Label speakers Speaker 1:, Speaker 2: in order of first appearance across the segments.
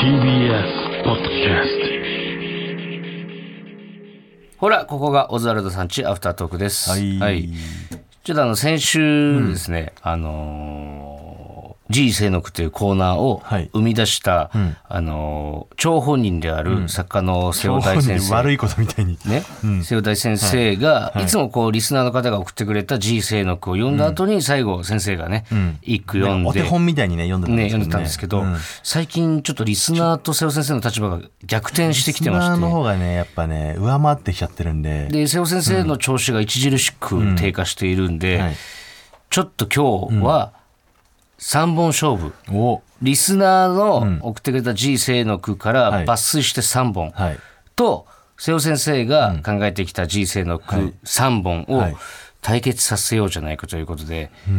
Speaker 1: TBS ポッドキャス
Speaker 2: ほら、ここがオズワルドさんちアフタートークです。
Speaker 3: はい
Speaker 2: ちょっとあの、先週ですね、あのー、G 聖の句というコーナーを
Speaker 3: はい
Speaker 2: 生み出した、
Speaker 3: ん
Speaker 2: あのー、張本人である作家の瀬尾
Speaker 3: 超
Speaker 2: 大先生。
Speaker 3: 悪いことみたいに。
Speaker 2: ね、瀬尾大先生が、い、つもこうリスナーの方が送ってくれた G 生の句を読んだ後に最後先生がね、一句読んで
Speaker 3: お手本みたいにね、読んでたんですけ
Speaker 2: ね、
Speaker 3: ど、ね。
Speaker 2: 読んでたんですけど、
Speaker 3: うん
Speaker 2: 最近ちょっとリスナーと瀬尾先生の立場が逆転してきてま
Speaker 3: リスナーの
Speaker 2: し
Speaker 3: 方がね、やっぱね、上回ってきちゃってるんで。
Speaker 2: てで瀬尾先生の調子が著しく低下しているんで、
Speaker 3: はい、
Speaker 2: ちょっと今日は3本勝負、
Speaker 3: お
Speaker 2: リスナーの送ってくれた G 生の句か
Speaker 3: は
Speaker 2: ら
Speaker 3: い
Speaker 2: 抜粋して3本、
Speaker 3: はい。
Speaker 2: と瀬尾先生が考えてきた人生の句3本を
Speaker 3: はい
Speaker 2: 対決させようじゃないかということで、え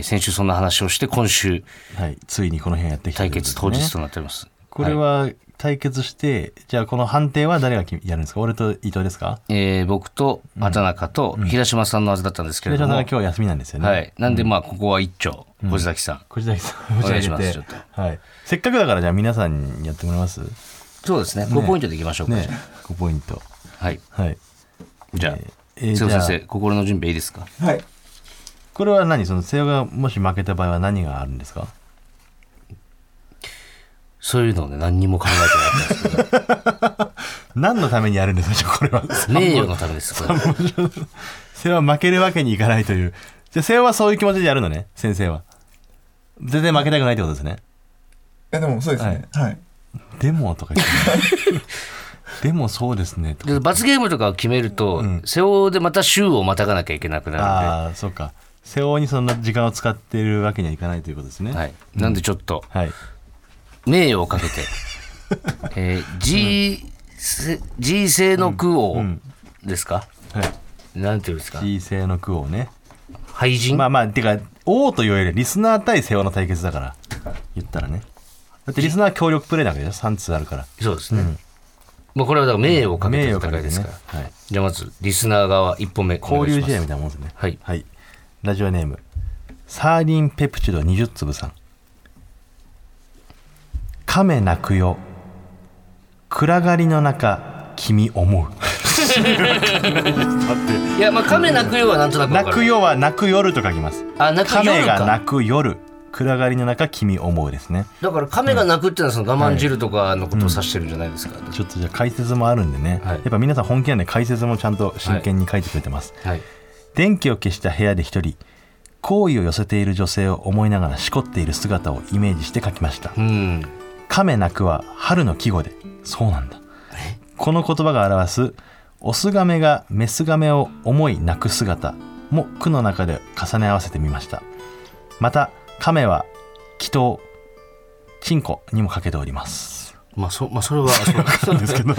Speaker 2: ー先週そんな話をして今週
Speaker 3: はい。ついにこの辺やってきた、
Speaker 2: 対決当日。となっております。
Speaker 3: これは対決して、じゃあこの判定は誰が決めやるんですか俺と伊藤ですか
Speaker 2: えー僕と畑中と平島さんのはずだったんですけ
Speaker 3: 平
Speaker 2: れ
Speaker 3: 島
Speaker 2: ど
Speaker 3: さん
Speaker 2: も、
Speaker 3: が今日休みなんですよね。
Speaker 2: はい、なんでまあここは一丁小崎さん、
Speaker 3: こちらです。こ
Speaker 2: お願いします
Speaker 3: ちら入れてはい。せっかくだからじゃあ皆さんにやってもらいます
Speaker 2: そうですね5ポイントでいきましょうか、
Speaker 3: ね。5ポイント。
Speaker 2: はい
Speaker 3: はい。
Speaker 2: じゃあ、
Speaker 3: えー
Speaker 2: 瀬尾
Speaker 3: じゃ
Speaker 2: 先
Speaker 3: あ
Speaker 2: 生心の準備いいですか
Speaker 4: はい。
Speaker 3: これは何その瀬尾がもし負けた場合は何があるんですか
Speaker 2: そういうのをね何にも考 えてなかったんです
Speaker 3: 何のためにやるんですかじゃあこれは。
Speaker 2: けど名 誉のためですこれは
Speaker 3: 瀬尾は負けるわけにいかないという。じゃあ瀬尾はそういう気持ちでやるのね、先生は。全然負けたくないってことですね。
Speaker 4: え、でもそうですね。はい。
Speaker 3: でもとか言って。 でもそうですね とか。
Speaker 2: で罰ゲームとかを決めると、背負うでまた週をまたがなきゃいけなくな
Speaker 3: ああ、そうか。瀬尾にそんな時間を使ってるわけにはいかないということですね。
Speaker 2: るんで、はい、なんでちょっと
Speaker 3: はい。
Speaker 2: 名誉をか けて、えー、G, せ G 制の句をですか、
Speaker 3: はい。
Speaker 2: なんていうんですか
Speaker 3: G 製の句をね。
Speaker 2: 廃人、
Speaker 3: まあまあ、てか、王というよりリスナー対世話の対決だから。言ったらね。だってリスナーは協力プレイなわけでしょ ?3 通あるから。
Speaker 2: そうですね、まあ、これはだから名誉をかけて
Speaker 3: 名
Speaker 2: の
Speaker 3: 誉
Speaker 2: 戦い
Speaker 3: けて
Speaker 2: ですから、
Speaker 3: はい。
Speaker 2: じゃあまずリスナー側一本目
Speaker 3: 交流試合
Speaker 2: ム
Speaker 3: みたいなもんですね。
Speaker 2: はい
Speaker 3: はい。ラジオネーム。サーリンペプチド20粒さん。亀泣くよ。暗がりの中、君思う。
Speaker 2: いやまあ亀泣くようはなんとなくわ
Speaker 3: 泣
Speaker 2: か
Speaker 3: く
Speaker 2: る
Speaker 3: よは泣く夜と書きます。
Speaker 2: あ泣く
Speaker 3: 亀
Speaker 2: 夜か
Speaker 3: が泣く夜。暗がりの中、君思うですね。
Speaker 2: だから亀が泣くっていうのはその我慢汁とかのことを指してるんじゃないですか、
Speaker 3: ちょっとじゃあ解説もあるんでね、
Speaker 2: はい
Speaker 3: やっぱ皆さん本気なんで解説もちゃんと真剣に書いてくれてます、
Speaker 2: はい
Speaker 3: 電気を消した部屋で一人好意を寄せている女性を思いながらしこっている姿をイメージして書きました
Speaker 2: うん
Speaker 3: 「亀泣く」は春の季語でそうなんだこの言葉が表すオス亀がメス亀を思い泣く姿も句の中で重ね合わせてみましたまた亀は祈祷チンコにもかけております
Speaker 2: まあそ,、ま あ、それはそう
Speaker 3: なんです けど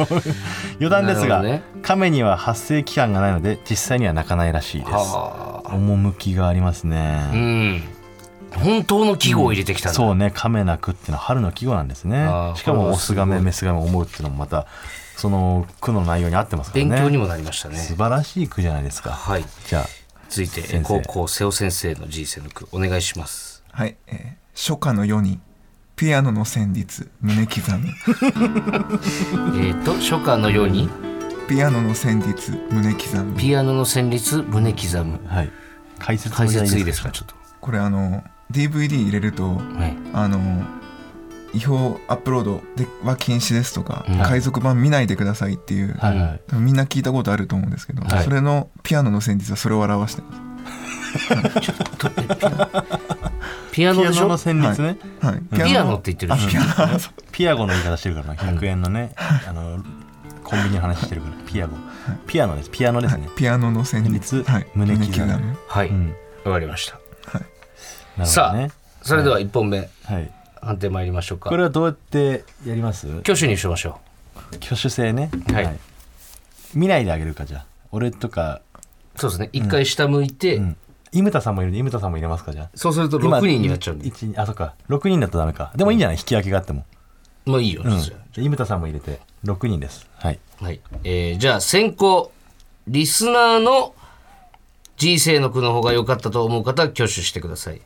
Speaker 3: 余談ですが、
Speaker 2: なるほ
Speaker 3: 亀には発生期間がないので実際には泣かないらしいです
Speaker 2: はあ
Speaker 3: 趣があります
Speaker 2: う
Speaker 3: ね、
Speaker 2: ん本当の季語を入れてきたんだ、
Speaker 3: そうね亀泣くっていうのは春の季語なんですね
Speaker 2: あー
Speaker 3: しか
Speaker 2: これ
Speaker 3: も
Speaker 2: は
Speaker 3: オ
Speaker 2: す
Speaker 3: ス
Speaker 2: ごい
Speaker 3: 亀メス亀思うっていうのもまたその句の内容に合ってますから
Speaker 2: 勉
Speaker 3: ね
Speaker 2: 強にもなりましたね
Speaker 3: 素晴らしい句じゃないですか、
Speaker 2: はい
Speaker 3: じゃあ
Speaker 2: 続いて
Speaker 3: 先生
Speaker 2: 高校瀬尾先生の人生の句お願いします
Speaker 4: はい。えー初夏の夜に、ピアノの旋律、胸刻み。
Speaker 2: えっ、ー、と初夏のように
Speaker 4: ピアノの旋律、胸刻み。
Speaker 2: ピアノの旋律胸刻む
Speaker 3: はい解説も
Speaker 2: 解説いい
Speaker 3: じゃ
Speaker 2: ですかちょっと
Speaker 4: これあの、DVD 入れると、
Speaker 2: はい
Speaker 4: あの、違法アップロードでは禁止ですとか、
Speaker 2: うん
Speaker 4: 海賊版見ないでくださいっていう、
Speaker 3: はいはい
Speaker 4: みんな聞いたことあると思うんですけど、
Speaker 2: はい
Speaker 4: それのピアノの旋律はそれを表してま
Speaker 2: ピアノ
Speaker 3: ピア
Speaker 2: でし
Speaker 3: ノの
Speaker 2: ょ
Speaker 3: 旋律ね、
Speaker 4: す。はい。
Speaker 2: ピアノって言ってるでしょ
Speaker 3: ピアゴの言い方してるからな100円のね、あのコンビニの話してるからピアゴピアノですピアノですね、
Speaker 4: ピアノの旋律、
Speaker 3: 旋律胸刻み
Speaker 4: み
Speaker 2: はいわ、
Speaker 3: ん
Speaker 2: かりました
Speaker 3: なるほ
Speaker 2: さ
Speaker 3: ど
Speaker 2: あ
Speaker 3: ね
Speaker 2: それでは1本目
Speaker 3: はい
Speaker 2: 判定参りましょうか
Speaker 3: これはどうやってやります
Speaker 2: 挙手にしましょ
Speaker 3: 挙手制ね
Speaker 2: はい
Speaker 3: 見ないであげるかじゃあ俺とか、
Speaker 2: うそうですね一回下向いて、
Speaker 3: うん、井牟田さんもいるんで井牟田さんも入れますかじゃあ
Speaker 2: そうすると
Speaker 3: 今
Speaker 2: 6人になっちゃうんで
Speaker 3: 一あそっか6人だとダメかでもいいんじゃない、引き分けがあっても、
Speaker 2: まあいいよ、
Speaker 3: うん、
Speaker 2: そ
Speaker 3: じ
Speaker 2: れ
Speaker 3: ゃあ井牟田さんも入れて6人ですはい
Speaker 2: はい。えーじゃあ先行、リスナーの G 生の句の方が良かったと思う方は挙手してください。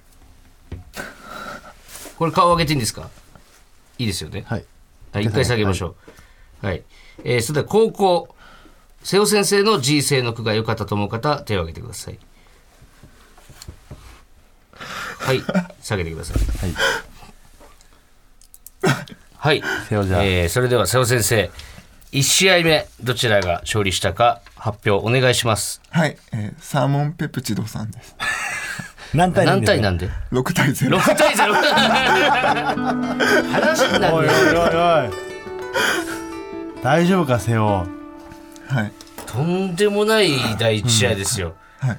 Speaker 2: これ顔上げていいんですかいいですよね。
Speaker 3: はい
Speaker 2: はい、一回下げましょう。はい。えーそれでは高校、瀬尾先生の G 性の句が良かったと思う方、手を挙げてください。はい、下げてください。はい。
Speaker 3: 瀬尾じゃあ
Speaker 2: えーそれでは瀬尾先生、1試合目、どちらが勝利したか発表お願いします。
Speaker 4: はい、えーサーモンペプチドさんです。
Speaker 3: 何対
Speaker 2: 何対
Speaker 3: 何
Speaker 2: なんで
Speaker 4: 6対0。
Speaker 2: 6対0 話にな
Speaker 3: おいお
Speaker 2: る
Speaker 3: いお
Speaker 2: ね
Speaker 3: いおい 大丈夫か瀬尾
Speaker 4: はい。
Speaker 2: とんでもない第1試合ですよ、
Speaker 4: は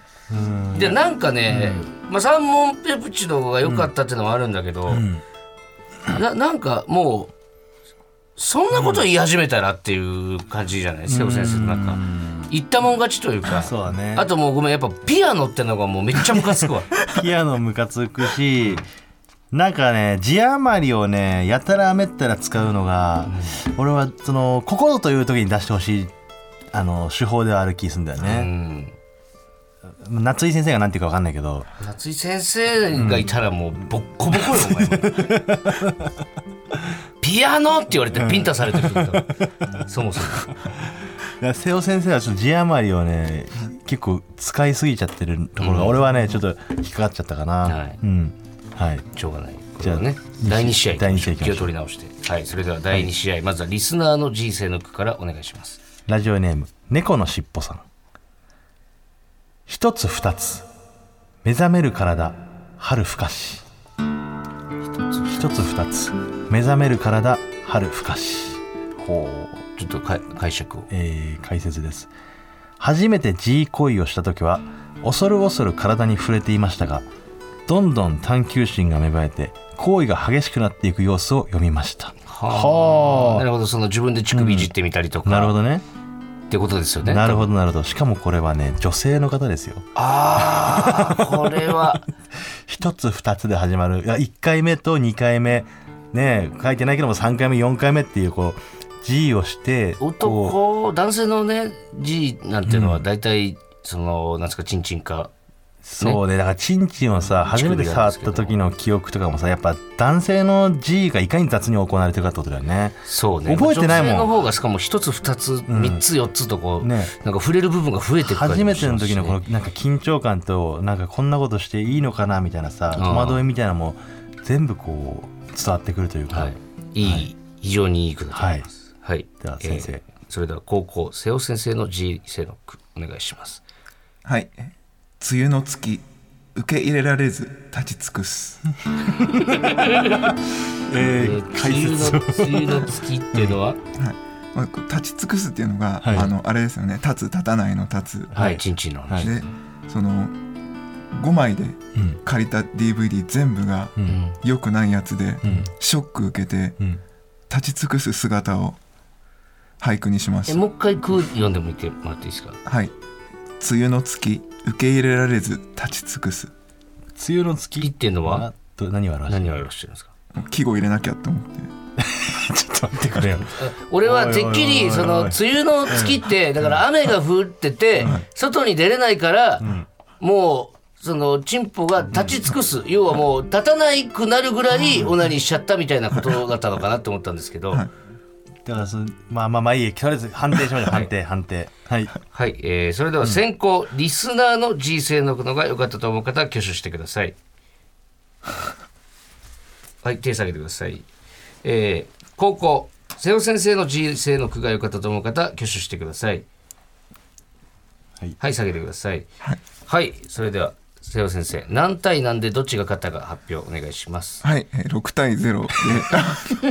Speaker 4: い。
Speaker 2: でなんかね、まあ、三問ペプチドが良かったってのもあるんだけど、ななんかもうそんなこと言い始めたらっていう感じじゃない瀬尾先生の中言ったもん勝ちというか
Speaker 3: そうだね
Speaker 2: あともうごめんやっぱピアノってのがもうめっちゃムカつくわ
Speaker 3: ピアノムカつくしなんかね字余りをねやたらめったら使うのが、俺はその心という時に出してほしいあの手法ではある気するんだよ
Speaker 2: う
Speaker 3: ね、
Speaker 2: ん
Speaker 3: 夏井先生が何て言うか分かんないけど
Speaker 2: 夏井先生がいたらもうボッコボコよお前もピアノって言われてビンタされてるってことそもそも
Speaker 3: だから瀬尾先生はちょっと字余りをね結構使いすぎちゃってるところが、俺はねちょっと引っかかっちゃったかな、
Speaker 2: はい
Speaker 3: うんはい、
Speaker 2: しょうがない。
Speaker 3: じゃあ
Speaker 2: これはね
Speaker 3: 二、
Speaker 2: 第2試合
Speaker 3: 第二試合行きましょう
Speaker 2: 気を取り直して。はい、それでは第2試合、まずはリスナーの人生の句からお願いします。
Speaker 3: ラジオネーム猫のしっぽさん一つ二つ目覚める体春ふかし一つ二つ目覚める体春ふかし
Speaker 2: ほう、ちょっとか解釈を。
Speaker 3: えー解説です初めて G 行為をした時は恐る恐る体に触れていましたがどんどん探求心が芽生えて行為が激しくなっていく様子を読みました
Speaker 2: は
Speaker 3: は
Speaker 2: なるほど、その自分で乳首いじってみたりとか、
Speaker 3: なるほどね
Speaker 2: ってことですよね。
Speaker 3: なるほどなるほどしかもこれはね女性の方ですよ
Speaker 2: ああ、これ は、
Speaker 3: 一つ二つで始まるいや1回目と2回目ねえ書いてないけども3回目4回目っていうこう G をしてこ
Speaker 2: 男、男性のね、G なんていうのは大体、その、なんですか、チンチンか。
Speaker 3: うそうねだからチンチンをさ初めて触った時の記憶とかもさやっぱ男性の G がいかに雑に行われてるかってことだよね
Speaker 2: そうね。
Speaker 3: 覚えてないもん
Speaker 2: 女性の方がしかも一つ、二つ、三つ、四つとこう、
Speaker 3: ね
Speaker 2: なんか触れる部分が増えてく感じ
Speaker 3: 初
Speaker 2: も
Speaker 3: め
Speaker 2: してま
Speaker 3: の
Speaker 2: すし
Speaker 3: 時
Speaker 2: ね
Speaker 3: のこのなんか緊張感となんかこんなことしていいのかなみたいなさ
Speaker 2: うん
Speaker 3: 戸惑いみたいなのも全部こう伝わってくるというか、
Speaker 2: はい、いい、非常にいい句だと思います。はい、
Speaker 3: では先生
Speaker 2: えーそれでは高校瀬尾先生の G 生の句お願いします。
Speaker 4: はい。え梅雨の月、受け入れられず立ち尽くす。
Speaker 3: え
Speaker 2: え
Speaker 3: ー解説を
Speaker 2: ー、梅雨の梅雨の月っていうのは、
Speaker 4: はい。まあこう立ち尽くすっていうのが、
Speaker 3: はい
Speaker 4: あの、あれですよね。立つ、立たないの立つ。
Speaker 2: はい、ちんちんの話。
Speaker 4: で、その、5枚で
Speaker 3: うん
Speaker 4: 借りた DVD 全部が
Speaker 3: う
Speaker 2: うんん、
Speaker 4: 良くないやつで、
Speaker 3: うん
Speaker 4: ショック受けて、
Speaker 3: うん
Speaker 4: 立ち尽くす姿を俳句にしま
Speaker 2: え
Speaker 4: し
Speaker 2: もう一回句読んでみてもらっていいですか。
Speaker 4: た。はい。梅雨の月、受け入れられず立ち尽くす。
Speaker 3: 梅雨の月
Speaker 2: 月っていうのは
Speaker 3: あと何を表して
Speaker 2: 何を表してるんですか。
Speaker 4: もう季語入れなきゃと思って。
Speaker 3: ちょっと待ってくれよ
Speaker 2: 俺はてっき
Speaker 3: おいおいおいお
Speaker 2: り
Speaker 3: い
Speaker 2: その梅雨の月ってだから雨が降ってて外に出れないからもうそのチンポが立ち尽くす要はもう立たないくなるぐらいオナニーしちゃったみたいなことだったのかなと思ったんですけど
Speaker 4: はい
Speaker 3: だからそのまあまあまあいいやとりあえず判定しましょう判定判定はい
Speaker 2: はいえーそれでは先行リスナーの G 性ののが良かったと思う方は挙手してください はい手下げてくださいえー高校瀬尾先生の G 性の句が良かったと思う方挙手してください
Speaker 3: はい
Speaker 2: はい、下げてください。
Speaker 4: はい
Speaker 2: はい、それでは、瀬尾先生、何対何でどっちが勝ったか発表お願い します。
Speaker 4: はい、えー6対0で、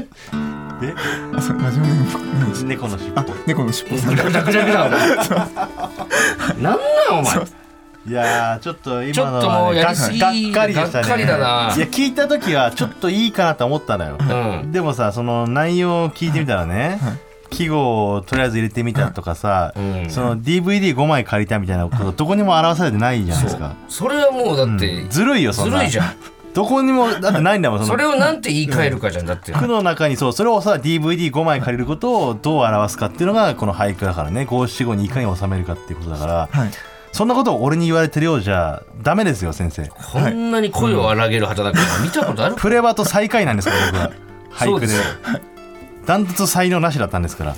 Speaker 4: あ、
Speaker 3: で
Speaker 4: あそうラジオネーム何でし
Speaker 3: 猫の尻
Speaker 4: あ、猫の尻尾さん。
Speaker 2: ダクダクだ、お前。なんなん、お前。
Speaker 3: いやーちょっと
Speaker 2: ちょ
Speaker 3: 今の
Speaker 2: っとも
Speaker 3: は
Speaker 2: う
Speaker 3: ね
Speaker 2: や
Speaker 3: が
Speaker 2: り
Speaker 3: っ
Speaker 2: すぎ
Speaker 3: がっかりでしたね
Speaker 2: がっかりだない
Speaker 3: や聞いた時はちょっといいかなと思ったのよ
Speaker 2: うん。
Speaker 3: でもさその内容を聞いてみたらね記号をとりあえず入れてみたとかさ
Speaker 2: うん
Speaker 3: その DVD5 枚借りたみたいなことどこにも表されてないじゃないですか
Speaker 2: それはもうだって、
Speaker 3: ずるいよそんな
Speaker 2: ずるいじゃん。
Speaker 3: どこにもだってないんだもん
Speaker 2: そ
Speaker 3: の
Speaker 2: れをなんて言い換えるかじゃん、だって。
Speaker 3: 句の中にそうそれをさ DVD5 枚借りることをどう表すかっていうのがこの俳句だからね五七五にいかに収めるかっていうことだから
Speaker 4: はい、
Speaker 3: そんなことを俺に言われてるようじゃダメですよ先生
Speaker 2: こんなに声を荒げる働きなんか見たことある
Speaker 3: プレバと最下位なんですから僕は俳句で
Speaker 2: そう
Speaker 3: ダントツ才能なしだったんですから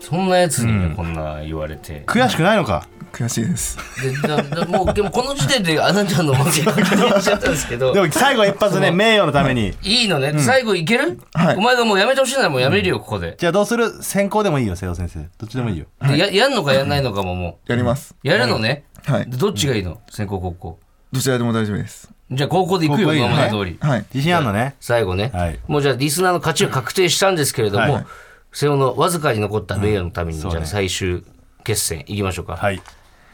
Speaker 2: そんなやつにね、こんな言われて
Speaker 3: 悔しくないのか
Speaker 4: 悔しいです
Speaker 2: でだだもうでもこの時点であなたの負け確認しちゃったんですけ ど
Speaker 3: でも最後一発ね名誉のために
Speaker 2: いいのね、最後いける、
Speaker 4: はい
Speaker 2: お前がもうやめてほしいならもうやめるよ、ここで
Speaker 3: じゃあどうする先行でもいいよ瀬戸先生どっちでもいいよ
Speaker 2: でややんのかやんないのかもも
Speaker 4: やります
Speaker 2: うやるのね、
Speaker 4: はい
Speaker 2: でどっちがいいの先行高校
Speaker 4: どちらでも大丈夫です
Speaker 2: じゃあ高校で行くよ
Speaker 3: 高校いい
Speaker 2: 今
Speaker 3: よ
Speaker 2: まで通り、
Speaker 4: はい
Speaker 3: 自信あんのね
Speaker 2: 最後ね、
Speaker 3: はい
Speaker 2: もうじゃあリスナーの勝ちが確定したんですけれども、
Speaker 3: はい
Speaker 2: 瀬尾のわずかに残った名誉のために、
Speaker 3: そう
Speaker 2: じ
Speaker 3: ね
Speaker 2: ゃあ最終決戦いきましょうか、
Speaker 3: はい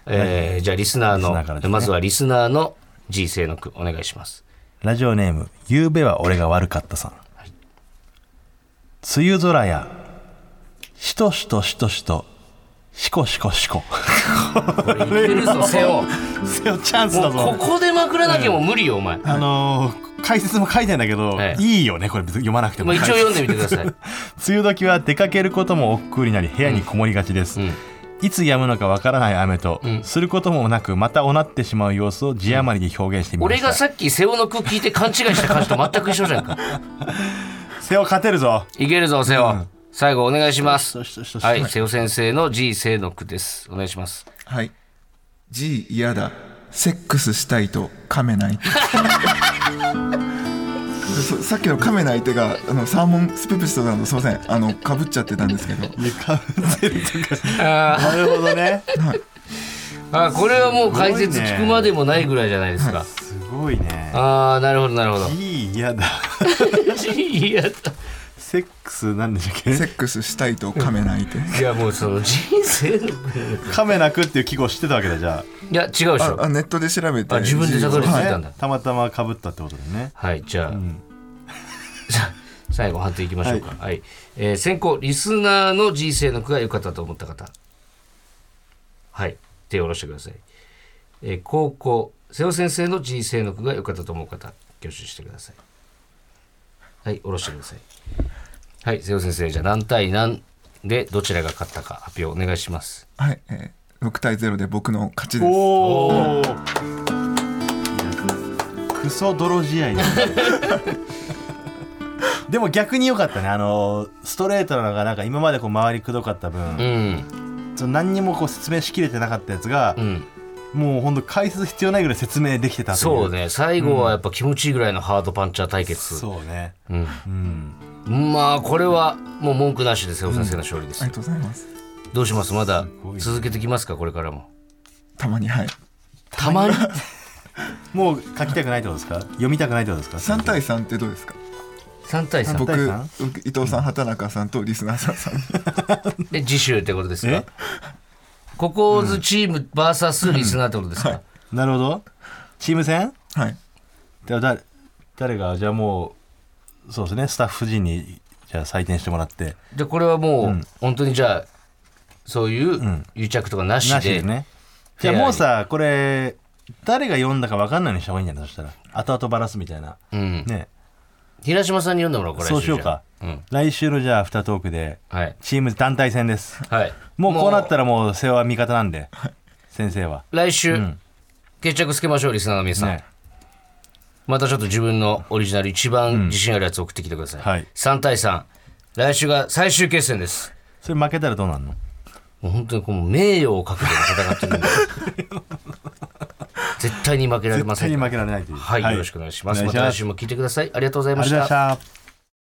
Speaker 2: えーじゃあリスナー
Speaker 3: リ
Speaker 2: の
Speaker 3: スナーからですね
Speaker 2: まずはリスナーの G 生の句お願いします
Speaker 3: ラジオネーム「ゆうべは俺が悪かったさん」梅雨空やしとしとしとしとしこしこしこ
Speaker 2: これいけるぞ瀬尾も
Speaker 3: セオチャンスだ
Speaker 2: うこ
Speaker 3: ぞ
Speaker 2: こでまくらなきゃもう無理よお前、
Speaker 3: あのー解説も書いてんだけど、
Speaker 2: ええ
Speaker 3: いいよねこれ別に読まなくて
Speaker 2: ま
Speaker 3: も
Speaker 2: あ、一応読んでみてく ださい
Speaker 3: 梅雨時は出かけることも億劫になり部屋にこもりがちです、
Speaker 2: うん
Speaker 3: いつ止むのかわからない雨と、することもなくまたおなってしまう様子を字余りで表現してみま
Speaker 2: 俺
Speaker 3: した、
Speaker 2: がさっき瀬尾の句聞いて勘違いした感じと全く一緒じゃんか
Speaker 3: 背を勝てるぞ
Speaker 2: いけるぞ瀬尾、最後お願いします
Speaker 3: よしよしよし
Speaker 2: はい瀬尾先生の G 生の句ですお願いします
Speaker 4: はい G 嫌だセックスしたいと噛 めないそさっきの噛めない手があのサーモンスペプシトさんのすいませんあのかぶっちゃってたんですけど
Speaker 3: なるほどね
Speaker 2: あこれはもう解説聞くまでもないぐらいじゃないですか。
Speaker 3: すごいね
Speaker 2: ああなるほどなる ほど。
Speaker 3: いい嫌だ
Speaker 2: いや
Speaker 3: セックスなんでしたっけ
Speaker 4: セックスしたいと噛めない手
Speaker 2: いやもうその人生のい
Speaker 3: カメなくっていう記号知ってたわけだじゃ
Speaker 2: や違うでしょ。
Speaker 4: あ
Speaker 2: は
Speaker 4: あネットで調べて
Speaker 2: あ自分で探して
Speaker 3: あ、
Speaker 2: 知っ
Speaker 4: はい
Speaker 2: たんだ
Speaker 3: たまたまかぶったってことでね
Speaker 2: いじゃあ、さ最後判定いきましょうか。はい、えー先行リスナーの人生の句が良かったと思った方。はい手を下ろしてください。えー高校瀬尾先生の人生の句が良かったと思う方挙手してください。はい下ろしてください。はい、瀬尾先生、じゃあ何対何でどちらが勝ったか発表お願いします。
Speaker 4: はい、えー、6対0で僕の勝ちです
Speaker 3: おおクソ泥仕合だでも逆に良かったねあのストレートなのがなんか今までこう回りくどかった
Speaker 2: う
Speaker 3: 分、
Speaker 2: ん、
Speaker 3: その何にもこう説明しきれてなかったやつが
Speaker 2: う、ん、
Speaker 3: もうほんと解説必要ないぐらい説明できてたとい
Speaker 2: そうね、最後はやっぱ気持ちいいぐらいのハードパンチャー対決。
Speaker 3: そうね
Speaker 2: うん、
Speaker 3: うん
Speaker 2: まあ、これはもう文句なしで瀬尾先生の勝利で
Speaker 4: あ
Speaker 2: す
Speaker 4: り。がとうございます
Speaker 2: どうします、まだ
Speaker 3: ごいね
Speaker 2: 続けてきますか、これからも。
Speaker 4: たまにはい
Speaker 2: たまに。
Speaker 3: もう書きたくないってことですか読みたくないってことですか
Speaker 4: 3対3ってどうですか
Speaker 2: 三対三
Speaker 4: 僕
Speaker 3: 対三
Speaker 4: 伊藤さん畑中さんとリスナーさんさん
Speaker 2: で次週ってことですか
Speaker 3: え。
Speaker 2: ここずチームバーサスリスナーってことですか。
Speaker 3: なるほどチーム戦
Speaker 4: はい
Speaker 3: じゃあ誰誰がじゃあもうそうですねスタッフ陣にじゃあ採点してもらって
Speaker 2: じゃあこれはもう本当にじゃあそういう癒着とかなし
Speaker 3: なし
Speaker 2: で
Speaker 3: でねじゃあもうさこれ誰が読んだか分かんないようにした方がいいんじゃないそしたら後々バラすみたいな、
Speaker 2: うん
Speaker 3: ね
Speaker 2: 平島さんに読んでもらおうこれ
Speaker 3: そうしようか、
Speaker 2: うん
Speaker 3: 来週のじゃあアフタートークで
Speaker 2: はい
Speaker 3: チーム団体戦です
Speaker 2: はい
Speaker 3: もうこうなったらもう世話は味方なんで先生は
Speaker 2: 来週決着つけましょうリスナーの皆さん
Speaker 3: ね
Speaker 2: またちょっと自分のオリジナル一番自信あるやつ送ってきてください、
Speaker 3: うんはい
Speaker 2: 3対3来週が最終決戦です
Speaker 3: それ負けたらどうなんの
Speaker 2: もう本当にこの名誉をかけて戦ってるんで絶対に負けられま
Speaker 3: 絶
Speaker 2: せ
Speaker 3: 対に
Speaker 2: ん
Speaker 3: 負けられないという
Speaker 2: はい、よろしくお願いします
Speaker 3: お願
Speaker 2: ま
Speaker 3: いします
Speaker 2: た来週も聞いてくださいありがとうござい
Speaker 3: あ
Speaker 2: ま
Speaker 3: り
Speaker 2: し
Speaker 3: がとうご
Speaker 2: た
Speaker 3: ざいました